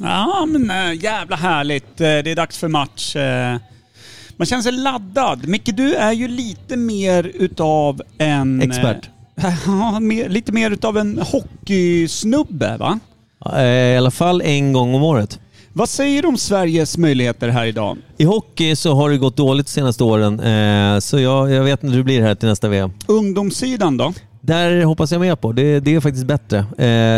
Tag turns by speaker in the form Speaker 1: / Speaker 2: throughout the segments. Speaker 1: Ja, men äh, jävla härligt. Eh, Det är dags för match. eh. Man känner sig laddad. Micke, du är ju lite mer utav en... eh,
Speaker 2: Expert.
Speaker 1: Ja, mer, lite mer utav en hockeysnubbe, va?
Speaker 2: Eh, I alla fall en gång om året.
Speaker 1: Vad säger du om Sveriges möjligheter här idag?
Speaker 2: I hockey så har det gått dåligt de senaste åren, eh, så jag, jag vet inte hur det blir här till nästa VM.
Speaker 1: Ungdomssidan då?
Speaker 2: Där hoppas jag med på. Det, det är faktiskt bättre. Eh,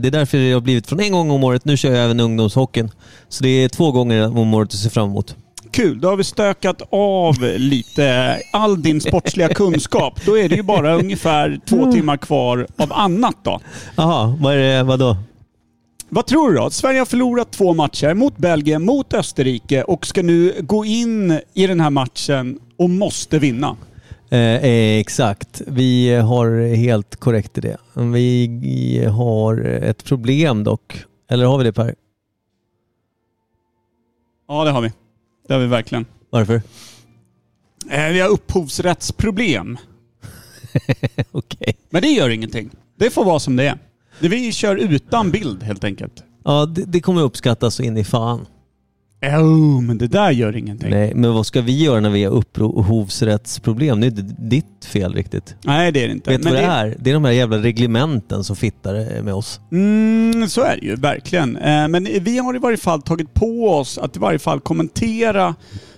Speaker 2: det är därför det har blivit från en gång om året. Nu kör jag även ungdomshockeyn. Så det är två gånger om året att se fram emot.
Speaker 1: Kul, då har vi stökat av lite all din sportsliga kunskap. Då är det ju bara ungefär två timmar kvar av annat då.
Speaker 2: Jaha, vad är det, vadå?
Speaker 1: Vad tror du då? Sverige har förlorat två matcher mot Belgien, mot Österrike och ska nu gå in i den här matchen och måste vinna.
Speaker 2: Eh, eh, exakt. Vi har helt korrekt i det. Vi har ett problem dock. Eller har vi det Per?
Speaker 1: Ja, det har vi. Det har vi verkligen.
Speaker 2: Varför?
Speaker 1: Eh, Vi har upphovsrättsproblem.
Speaker 2: Okej.
Speaker 1: Men det gör ingenting. Det får vara som det är. Det Vi kör utan bild helt enkelt.
Speaker 2: Ja, det, det kommer uppskattas så in i fan.
Speaker 1: Jo, men det där gör ingenting. Nej,
Speaker 2: Nej, men vad ska vi göra när vi har upphovsrättsproblem? Det är inte ditt fel riktigt.
Speaker 1: det är det inte.
Speaker 2: Vet du
Speaker 1: men
Speaker 2: vad det är? Det är de här jävla reglementen som fittar eh, med oss.
Speaker 1: Mm, så är det ju verkligen. Eh, Men vi har i varje fall tagit på oss att i varje fall kommentera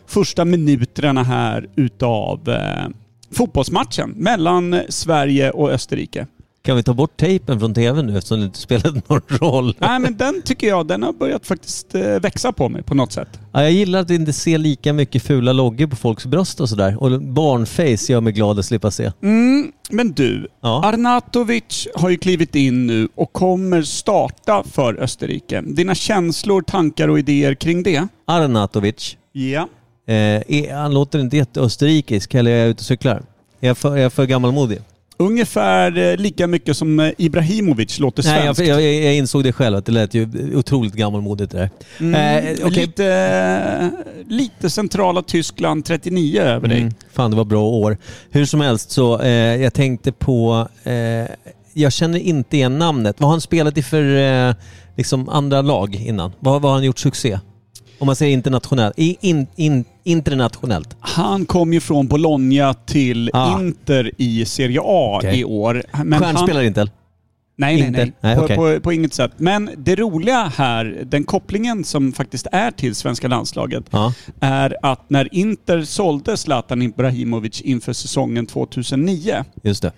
Speaker 1: första minuterna här utav eh, fotbollsmatchen mellan Sverige och Österrike.
Speaker 2: Kan vi ta bort tejpen från tvn nu eftersom det inte spelade någon roll?
Speaker 1: Nej men den tycker jag, den har börjat faktiskt eh, växa på mig på något sätt.
Speaker 2: Ja, jag gillar att inte se lika mycket fula loggor på folks bröst och sådär. Och barnface gör mig glad att slippa se.
Speaker 1: Mm, men du,
Speaker 2: Ja.
Speaker 1: Arnatovic har ju klivit in nu och kommer starta för Österrike. Dina känslor, tankar och idéer kring det?
Speaker 2: Arnatovic.
Speaker 1: Ja.
Speaker 2: Eh, är, han låter inte jätteösterrikisk, eller är jag ute och cyklar? Är jag för, är jag för gammalmodig?
Speaker 1: Ungefär eh, lika mycket som eh, Ibrahimovic låter
Speaker 2: Nej,
Speaker 1: svensk.
Speaker 2: jag, jag, jag insåg det själv att det lät ju otroligt gammalmodigt det där. Eh,
Speaker 1: Mm,
Speaker 2: okej.
Speaker 1: lite, eh, lite centrala Tyskland 39 över dig.
Speaker 2: Mm, fan, det var bra år. Hur som helst så, eh, jag tänkte på... Eh, jag känner inte igen namnet. Vad har han spelat i för eh, liksom andra lag innan? Vad, vad har han gjort succé? Om man säger internationellt. I, in, in, internationellt.
Speaker 1: Han kom ju från Bologna till
Speaker 2: Ah.
Speaker 1: Inter i Serie A
Speaker 2: Okej.
Speaker 1: i år. Men
Speaker 2: Stjärnspelare inte? eller?
Speaker 1: Nej, nej, nej.
Speaker 2: Inter? Nej,
Speaker 1: på,
Speaker 2: okej.
Speaker 1: på, på inget sätt. Men det roliga här, den kopplingen som faktiskt är till svenska landslaget,
Speaker 2: Ja.
Speaker 1: är att när Inter sålde Zlatan Ibrahimovic inför säsongen 2009
Speaker 2: Just det.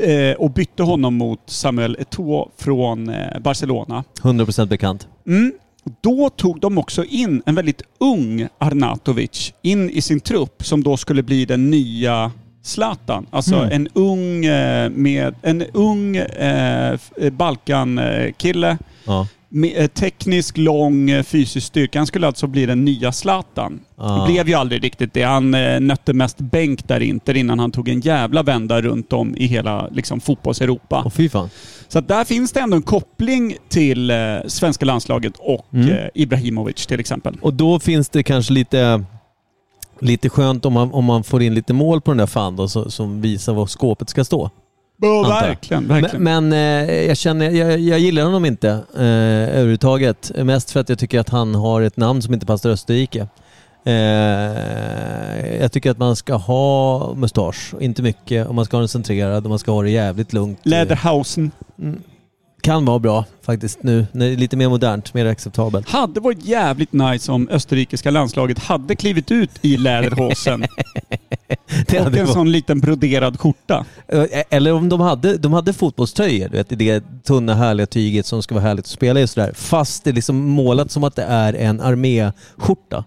Speaker 2: Mm.
Speaker 1: eh, och bytte honom mot Samuel Eto'o från eh, Barcelona,
Speaker 2: 100% bekant.
Speaker 1: Mm. Då tog de också in en väldigt ung Arnatovic in i sin trupp som då skulle bli den nya Zlatan. Alltså
Speaker 2: Mm.
Speaker 1: en ung, eh, med, en ung eh, f- eh, Balkan-kille
Speaker 2: Ja.
Speaker 1: med eh, teknisk, lång, eh, fysisk styrka. Han skulle alltså bli den nya Zlatan.
Speaker 2: Ah.
Speaker 1: Det blev ju aldrig riktigt det. Han eh, nötte mest bänk där inte innan han tog en jävla vända runt om i hela liksom, fotbolls-Europa.
Speaker 2: Och fy fan.
Speaker 1: Så att där finns det ändå en koppling till eh, svenska landslaget och
Speaker 2: Mm.
Speaker 1: eh, Ibrahimovic till exempel.
Speaker 2: Och då finns det kanske lite, lite skönt om man, om man får in lite mål på den där fan då, så, som visar var skåpet ska stå.
Speaker 1: Oh,
Speaker 2: antar jag.
Speaker 1: verkligen, verkligen.
Speaker 2: Men, men eh, jag, känner, jag, jag gillar honom inte eh, överhuvudtaget. Mest för att jag tycker att han har ett namn som inte passar Österrike. Eh, jag tycker att man ska ha mustasch, inte mycket, och man ska ha den centrerad och man ska ha det jävligt lugnt.
Speaker 1: Lederhausen
Speaker 2: Kan vara bra faktiskt nu. när det är Lite mer modernt, mer acceptabelt.
Speaker 1: hade varit jävligt nice om österrikiska landslaget hade klivit ut i Lederhosen
Speaker 2: Det
Speaker 1: och
Speaker 2: hade
Speaker 1: en
Speaker 2: varit-
Speaker 1: sån liten broderad skjorta.
Speaker 2: Eh, Eller om de hade, de hade fotbollströjor, du vet, i det tunna härliga tyget som ska vara härligt att spela i sådär. Fast det är liksom målat som att det är en arméskjorta.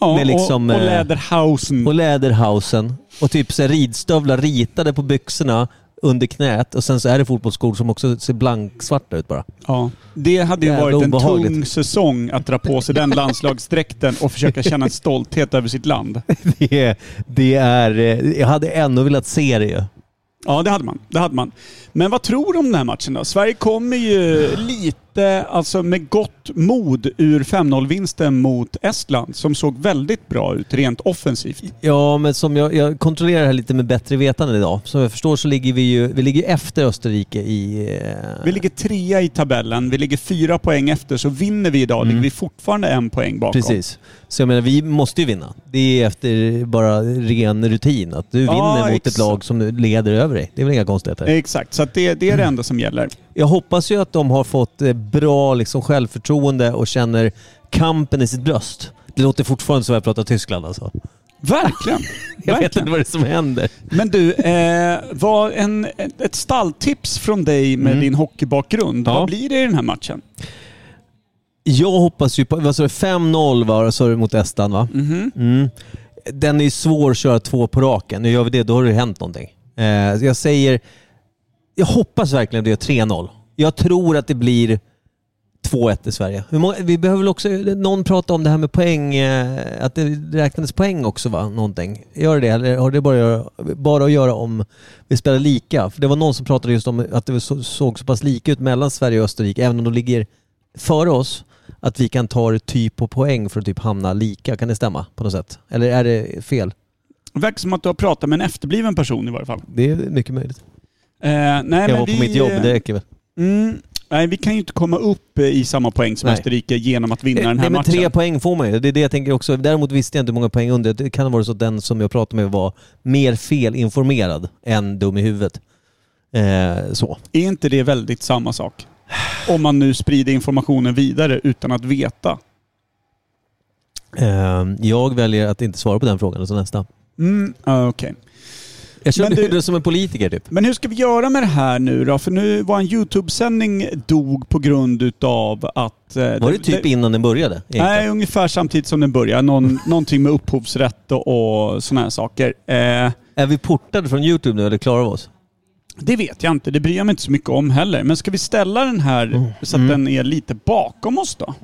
Speaker 1: Ja,
Speaker 2: Med liksom,
Speaker 1: och, och
Speaker 2: eh,
Speaker 1: Lederhausen.
Speaker 2: och läderhausen och typ så här ridstövlar ritade på byxorna under knät och sen så är det fotbollsskor som också ser blanksvarta ut bara.
Speaker 1: ja. Det hade ju
Speaker 2: Jävla
Speaker 1: varit en
Speaker 2: obehagligt.
Speaker 1: tung säsong att dra på sig den landslagsdräkten och försöka känna en stolthet över sitt land.
Speaker 2: Det, det är... eh, Jag hade ändå velat se det ju.
Speaker 1: Ja, det hade man. Det hade man. Men vad tror du om den här matchen då? Sverige kommer ju lite, alltså med gott mod ur 5-0-vinsten mot Estland som såg väldigt bra ut rent offensivt.
Speaker 2: Ja, men som jag, jag kontrollerar det här lite med bättre vetande idag. Som jag förstår så ligger vi ju vi ligger efter Österrike i... eh,
Speaker 1: Vi ligger trea i tabellen, vi ligger fyra poäng efter, så vinner vi idag ligger vi fortfarande en poäng bakom.
Speaker 2: Mm. Precis. Så jag menar, vi måste ju vinna. Det är efter bara ren rutin. Att du
Speaker 1: Ja,
Speaker 2: vinner mot ett
Speaker 1: exakt.
Speaker 2: lag som leder över dig. Det är väl inga konstigheter.
Speaker 1: Exakt, så att det, det är
Speaker 2: Mm.
Speaker 1: det enda som gäller.
Speaker 2: Jag hoppas ju att de har fått eh, bra liksom, självförtroende och känner kampen i sitt bröst. Det låter fortfarande som att jag pratar Tyskland alltså.
Speaker 1: Verkligen!
Speaker 2: Jag vet
Speaker 1: Verkligen.
Speaker 2: inte vad det är som händer.
Speaker 1: Men du, eh, vad en, ett stalltips från dig med din hockeybakgrund.
Speaker 2: Mm. Ja.
Speaker 1: Vad blir det i den här matchen?
Speaker 2: Jag hoppas ju på... Vad sa du? 5-0 var sa du mot Estland va?
Speaker 1: Mhm.
Speaker 2: Mm. Den är ju svår att köra två på raken. Nu gör vi det, då har det hänt någonting. Eh, så jag säger... Jag hoppas verkligen att det är 3-0. Jag tror att det blir 2-1 i Sverige. Hur många, vi behöver väl också... Någon pratade om det här med poäng, eh, att det räknades poäng också va? Någonting. Gör det Eller har det bara, att göra- bara att göra om vi spelar lika? För det var någon som pratade just om att det så- såg så pass lika ut mellan Sverige och Österrike, även om de ligger före oss att vi kan ta det typ på poäng för att typ hamna lika. Kan det stämma på något sätt? Eller är det fel?
Speaker 1: Det verkar som att du har pratat med en efterbliven person i varje fall.
Speaker 2: Det är mycket möjligt.
Speaker 1: Eh, nej, men
Speaker 2: jag var på
Speaker 1: vi, eh,
Speaker 2: mitt jobb, det räcker väl.
Speaker 1: Mm, nej, vi kan ju inte komma upp eh, i samma poäng som
Speaker 2: Nej. Eh,
Speaker 1: Österrike genom att vinna den här
Speaker 2: Nej, men
Speaker 1: matchen.
Speaker 2: tre poäng får man ju. Det är det jag tänker också. Däremot visste jag inte hur många poäng under. Det kan vara så att den som jag pratade med var mer felinformerad än dum i huvudet. Eh, så.
Speaker 1: Är inte det väldigt samma sak? Om man nu sprider informationen vidare utan att veta.
Speaker 2: Eh, jag väljer att inte svara på den frågan, alltså nästa.
Speaker 1: Mm, ah, okej.
Speaker 2: Jag känner
Speaker 1: Men
Speaker 2: du...
Speaker 1: du-
Speaker 2: det som en politiker typ.
Speaker 1: Men hur ska vi göra med det här nu då? För nu var en YouTube-sändning dog på grund utav att... eh,
Speaker 2: Var det typ innan den började? egentligen?
Speaker 1: Nej, ungefär samtidigt som den börjar. Någon, någonting med upphovsrätt och, och sådana här saker. Eh,
Speaker 2: Är vi portade från YouTube nu eller klarar vi oss?
Speaker 1: det vet jag inte. Det bryr jag mig inte så mycket om heller. Men ska vi ställa den här så att den är lite bakom oss då?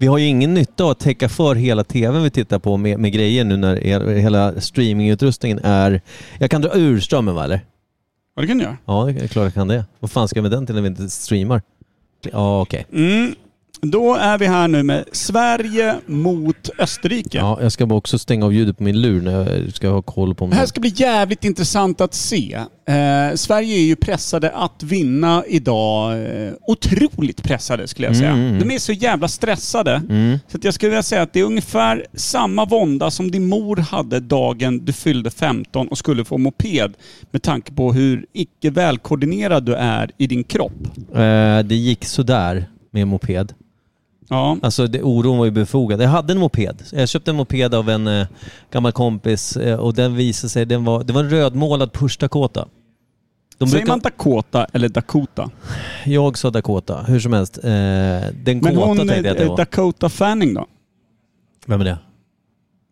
Speaker 2: Vi har ju ingen nytta av att täcka för hela tvn vi tittar på med, med grejer nu när er, hela streamingutrustningen är... Jag kan dra ur strömmen va eller?
Speaker 1: Ja, det kan du göra.
Speaker 2: Ja, det är klart jag kan det. Vad fan ska jag med den till när vi inte streamar? Ja, okej.
Speaker 1: Mm. Då är vi här nu med Sverige mot Österrike.
Speaker 2: Ja, jag ska bara också stänga av ljudet på min lur när jag ska ha koll på...
Speaker 1: Det
Speaker 2: Mig.
Speaker 1: här ska bli jävligt intressant att se. Eh, Sverige är ju pressade att vinna idag. Eh, otroligt pressade skulle jag säga.
Speaker 2: Mm, mm,
Speaker 1: De är så jävla stressade.
Speaker 2: Mm.
Speaker 1: Så att jag skulle vilja säga att det är ungefär samma vånda som din mor hade dagen du fyllde 15 och skulle få moped. Med tanke på hur icke välkoordinerad du är i din kropp.
Speaker 2: Eh, det gick sådär med moped.
Speaker 1: Ja.
Speaker 2: Alltså det, oron var ju befogad. Jag hade en moped. Jag köpte en moped av en eh, gammal kompis eh, och den visade sig... Den var, det var en rödmålad Push Dakota. De
Speaker 1: Säger
Speaker 2: brukar-
Speaker 1: man Dakota eller Dakota?
Speaker 2: Jag sa Dakota, hur som helst. Eh, den
Speaker 1: Men
Speaker 2: kåta
Speaker 1: hon,
Speaker 2: tänkte jag att det
Speaker 1: eh,
Speaker 2: var.
Speaker 1: Dakota Fanning då?
Speaker 2: Vem är det?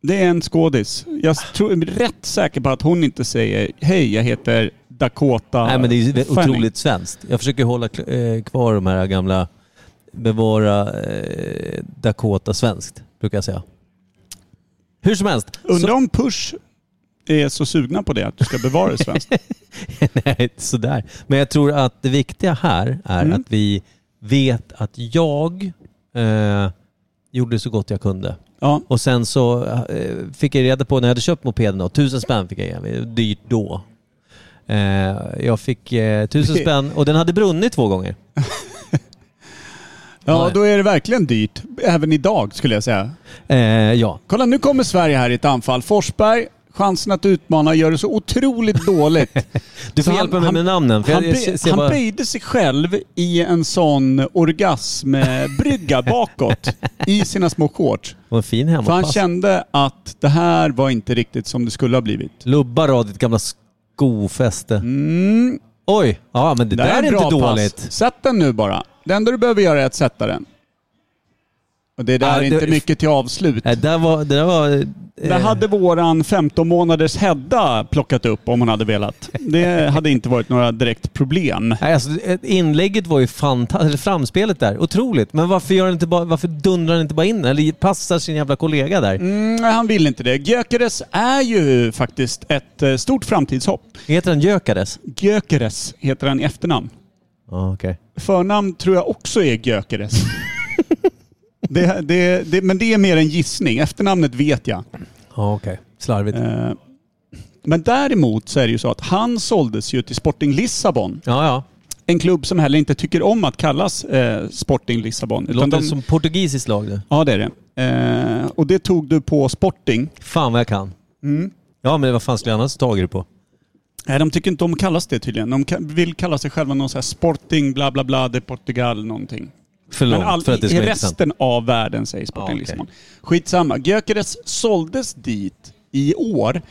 Speaker 1: Det är en skådis. Jag tror, jag är rätt säker på att hon inte säger hej, jag heter Dakota
Speaker 2: Nej men det är ju
Speaker 1: Fanning."
Speaker 2: otroligt svenskt. Jag försöker hålla kl- eh, kvar de här gamla, bevara eh, Dakota svenskt, brukar jag säga. Hur som helst.
Speaker 1: Undrar om Push är så sugna på det, att du ska bevara det svenskt.
Speaker 2: Nej, inte sådär. Men jag tror att det viktiga här är
Speaker 1: Mm.
Speaker 2: att vi vet att jag eh, gjorde så gott jag kunde.
Speaker 1: Ja.
Speaker 2: Och sen så eh, fick jag reda på när jag hade köpt mopeden då, tusen spänn fick jag igen. Det var Dyrt då. Eh, jag fick eh, tusen spänn och den hade brunnit två gånger.
Speaker 1: ja, då är det verkligen dyrt. Även idag skulle jag säga.
Speaker 2: Eh, ja.
Speaker 1: Kolla, nu kommer Sverige här i ett anfall. Forsberg, chansen att utmana, gör det så otroligt dåligt. Så
Speaker 2: Du får
Speaker 1: han-
Speaker 2: hjälpa mig
Speaker 1: han-
Speaker 2: med namnen. För
Speaker 1: Han,
Speaker 2: jag, jag,
Speaker 1: böj,
Speaker 2: ser
Speaker 1: han
Speaker 2: bara,
Speaker 1: böjde sig själv i en sån orgasmbrygga bakåt i sina små shorts.
Speaker 2: det var en fin
Speaker 1: För han
Speaker 2: hemmapass.
Speaker 1: kände att det här var inte riktigt som det skulle ha blivit.
Speaker 2: Lubbar av ditt gamla skofäste.
Speaker 1: Mm,
Speaker 2: Oj! Ja men det,
Speaker 1: det
Speaker 2: där
Speaker 1: här
Speaker 2: är
Speaker 1: en
Speaker 2: inte
Speaker 1: bra
Speaker 2: dåligt.
Speaker 1: Pass. Sätt den nu bara. Det enda du behöver göra är att sätta den. Och det där
Speaker 2: Ja,
Speaker 1: är
Speaker 2: det-
Speaker 1: inte mycket till avslut.
Speaker 2: Nej, där var, det där var... eh,
Speaker 1: Det hade våran 15 månaders Hedda plockat upp om hon hade velat. Det hade inte varit några direkt problem.
Speaker 2: Nej, alltså, eh, inlägget var ju fantastiskt, eller framspelet där, otroligt. Men varför, gör han inte bara, varför dundrar han inte bara in den? Eller passar sin jävla kollega där?
Speaker 1: Mm, nej, han vill inte det. Gyökeres är ju faktiskt ett eh, stort framtidshopp.
Speaker 2: Heter han Gyökares?
Speaker 1: Gyökeres heter han i efternamn.
Speaker 2: Ja, okej.
Speaker 1: Förnamn tror jag också är Gyökeres. det, det, det, men det är mer en gissning. Efternamnet vet jag.
Speaker 2: Ja, okej. Slarvigt.
Speaker 1: Eh, Men däremot så är det ju så att han såldes ju till Sporting Lissabon.
Speaker 2: Ja, ja.
Speaker 1: En klubb som heller inte tycker om att kallas eh, Sporting Lissabon.
Speaker 2: Det
Speaker 1: Utan
Speaker 2: låter
Speaker 1: de,
Speaker 2: som portugisiskt lag det.
Speaker 1: Ja det är det. Eh, och det tog du på Sporting.
Speaker 2: Fan vad jag kan.
Speaker 1: Mm.
Speaker 2: Ja, men vad fan skulle jag annars tagit det på?
Speaker 1: Nej, de tycker inte om att kallas det tydligen. De ka- vill kalla sig själva någon så här Sporting bla bla bla de Portugal någonting.
Speaker 2: För
Speaker 1: Men
Speaker 2: långt,
Speaker 1: all,
Speaker 2: för att det
Speaker 1: i
Speaker 2: ska vara intressant.
Speaker 1: resten av världen säger Sporting
Speaker 2: Ja, okej.
Speaker 1: Lissabon. Skitsamma. Gyökeres såldes dit i år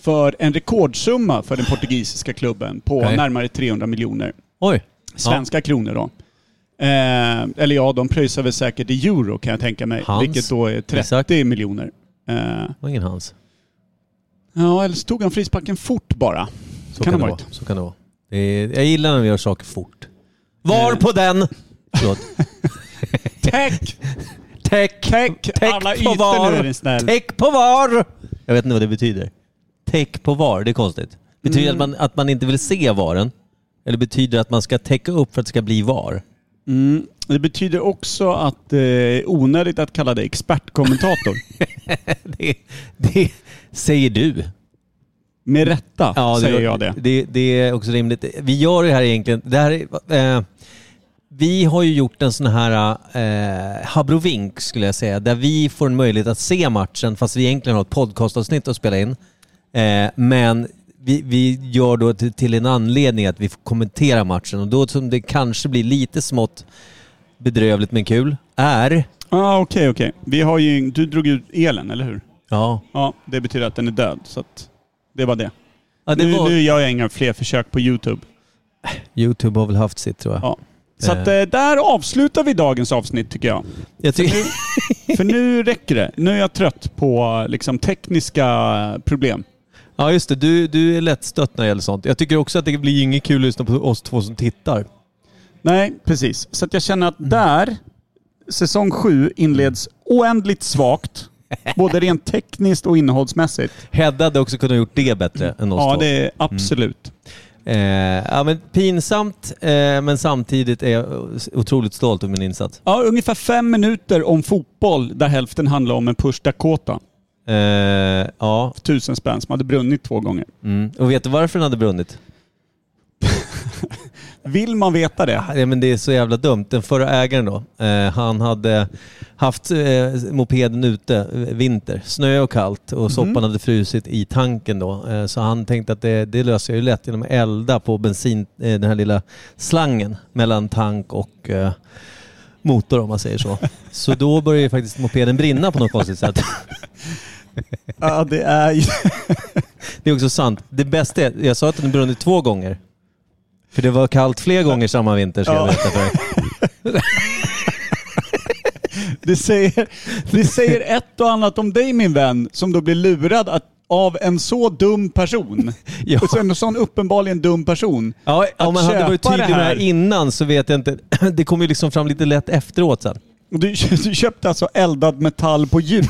Speaker 1: för en rekordsumma för den portugisiska klubben på
Speaker 2: Okej.
Speaker 1: närmare 300 miljoner
Speaker 2: Oj.
Speaker 1: svenska kronor då. Eh, eller ja, de pröjsar väl säkert i euro kan jag tänka mig.
Speaker 2: Hans.
Speaker 1: Vilket då är 30
Speaker 2: Exakt.
Speaker 1: miljoner. Eh,
Speaker 2: Ja, det var ingen hans.
Speaker 1: ja, eller så tog han frisparken fort bara.
Speaker 2: Så
Speaker 1: Kan
Speaker 2: kan,
Speaker 1: ha
Speaker 2: det
Speaker 1: varit.
Speaker 2: vara. Så kan det vara. Det är, jag gillar när vi gör saker fort. Var på den! Förlåt.
Speaker 1: Tack!
Speaker 2: Täck!
Speaker 1: Täck alla
Speaker 2: Täck på
Speaker 1: ytor nu är
Speaker 2: var!
Speaker 1: den snäll.
Speaker 2: Täck på var! Jag vet inte vad det betyder. Täck på var, det är konstigt. Betyder det
Speaker 1: Mm.
Speaker 2: att, man, att man inte vill se varen? Eller betyder det att man ska täcka upp för att det ska bli var?
Speaker 1: Mm. Det betyder också att det är onödigt att kalla dig expertkommentator.
Speaker 2: Det, det säger du.
Speaker 1: Med rätta
Speaker 2: Ja,
Speaker 1: säger jag det.
Speaker 2: det. Det är också rimligt. Vi gör det här egentligen. Det här är, eh, vi har ju gjort en sån här eh, habrovink skulle jag säga, där vi får en möjlighet att se matchen fast vi egentligen har ett podcastavsnitt att spela in. Eh, men vi, vi gör då till, till en anledning att vi får kommentera matchen och då som det kanske blir lite smått bedrövligt men kul är...
Speaker 1: Ah, okej, okej. Vi har ju, du drog ut elen, eller hur?
Speaker 2: Ja,
Speaker 1: Ja, det betyder att den är död. Så att det var det.
Speaker 2: ja det
Speaker 1: nu,
Speaker 2: var,
Speaker 1: nu gör jag inga fler försök på YouTube.
Speaker 2: Youtube har väl haft sitt tror jag.
Speaker 1: Ja. Så att,
Speaker 2: Eh.
Speaker 1: eh, där avslutar vi dagens avsnitt tycker jag.
Speaker 2: jag tycker,
Speaker 1: För nu räcker det. Nu är jag trött på liksom, tekniska problem.
Speaker 2: Ja just det, du, du är lättstött när det gäller sånt. Jag tycker också att det blir inget kul att lyssna på oss två som tittar.
Speaker 1: Nej, Mm. precis. Så att jag känner att där, säsong sju inleds oändligt svagt. Både rent tekniskt och innehållsmässigt.
Speaker 2: Hedda hade också kunnat gjort det bättre än oss
Speaker 1: Mm. Ja,
Speaker 2: två.
Speaker 1: det är absolut.
Speaker 2: Eh, ja, men pinsamt, eh, men samtidigt är jag otroligt stolt över min insats.
Speaker 1: Ja, ungefär fem minuter om fotboll där hälften handlar om en push Dakota.
Speaker 2: Eh, ja,
Speaker 1: Tusen spänn som hade brunnit två gånger.
Speaker 2: mm. och vet du varför den hade brunnit?
Speaker 1: Vill man veta det?
Speaker 2: Nej, men det är så jävla dumt. Den förra ägaren då, eh, han hade haft eh, mopeden ute eh, vinter, snö och kallt och soppan hade frusit i tanken då. Eh, så han tänkte att det, det löser jag ju lätt genom att elda på bensin, eh, den här lilla slangen mellan tank och eh, motor om man säger så. Så då började ju faktiskt mopeden brinna på något konstigt sätt.
Speaker 1: Ja, det är ju...
Speaker 2: Det är också sant. Det bästa är, jag sa att den brunnit två gånger. För det var kallt fler gånger samma vinter ska jag
Speaker 1: Ja.
Speaker 2: veta för dig.
Speaker 1: Det säger, det säger ett och annat om dig min vän, som då blir lurad att, av en så dum person.
Speaker 2: Ja.
Speaker 1: Och sen en sån uppenbarligen dum person.
Speaker 2: Ja, om man hade
Speaker 1: köpa
Speaker 2: varit tydlig
Speaker 1: det
Speaker 2: med det
Speaker 1: här.
Speaker 2: här innan så vet jag inte. Det kom ju liksom fram lite lätt efteråt sen.
Speaker 1: Och Du, du köpte alltså eldad metall på jul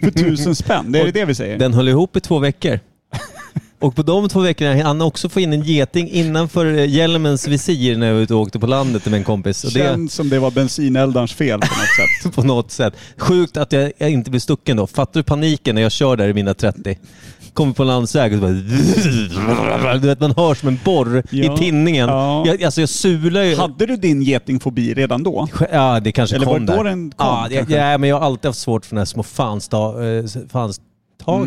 Speaker 1: för tusen spänn. Det är
Speaker 2: Och
Speaker 1: det vi säger.
Speaker 2: Den höll ihop i två veckor. Och på de två veckorna hann han också få in en geting innanför eh, hjälmens visir när jag var ute och åkte på landet med en kompis. Och det
Speaker 1: Känns som det var bensineldarns fel på något sätt.
Speaker 2: på något sätt. Sjukt att jag, jag inte blev stucken då. Fattar du paniken när jag kör där i mina 30? Kommer på en landsväg och så bara... Du vet man hör som en borr
Speaker 1: Ja.
Speaker 2: i tinningen.
Speaker 1: Ja.
Speaker 2: Jag, alltså jag sular ju.
Speaker 1: Hade du din getingfobi redan då?
Speaker 2: Ja, det kanske
Speaker 1: Eller var
Speaker 2: kom
Speaker 1: det
Speaker 2: där.
Speaker 1: då den kom,
Speaker 2: ja, jag,
Speaker 1: kanske?
Speaker 2: ja, men jag har alltid haft svårt för de här små fansta, eh, fanstagen,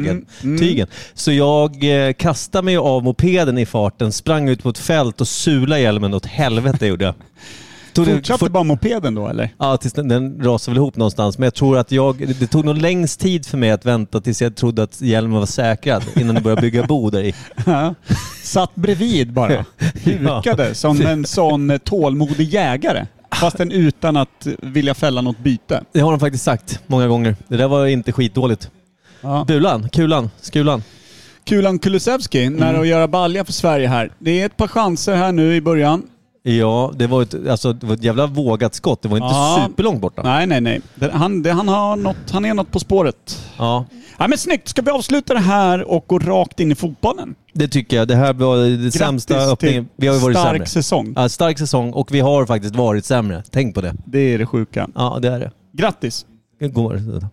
Speaker 1: Mm, mm.
Speaker 2: tygen. Så jag eh, kastade mig av mopeden i farten, sprang ut på ett fält och sulade hjälmen åt helvete gjorde jag. Tog det-
Speaker 1: Fortsatte
Speaker 2: fort-
Speaker 1: bara mopeden då eller?
Speaker 2: Ja, tills den, den rasade väl ihop någonstans. Men jag tror att jag, det- det tog nog längst tid för mig att vänta tills jag trodde att hjälmen var säkrad innan jag började bygga bo där i.
Speaker 1: Ja. Satt bredvid bara. Hukade som en sån tålmodig jägare. Fastän utan att vilja fälla något byte.
Speaker 2: Det har de faktiskt sagt många gånger. Det där var inte skitdåligt.
Speaker 1: Ja.
Speaker 2: Bulan, kulan, skulan.
Speaker 1: Kulan Kulusevski, när
Speaker 2: Mm.
Speaker 1: att göra balja för Sverige här. Det är ett par chanser här nu i början.
Speaker 2: Ja, det var ett, alltså, det var ett jävla vågat skott. Det var inte
Speaker 1: Ja.
Speaker 2: superlångt borta.
Speaker 1: Nej, nej, nej. Det- Han, det, han, har något, han är något på spåret.
Speaker 2: Ja,
Speaker 1: Ja, men snyggt! Ska vi avsluta det här och gå rakt in i fotbollen?
Speaker 2: det tycker jag. Det här var det sämsta öppningen. Vi har ju varit
Speaker 1: stark
Speaker 2: sämre.
Speaker 1: säsong.
Speaker 2: Ja, stark säsong och vi har faktiskt varit sämre. Tänk på det.
Speaker 1: Det är det sjuka.
Speaker 2: Ja, det är det.
Speaker 1: Grattis!
Speaker 2: Det går.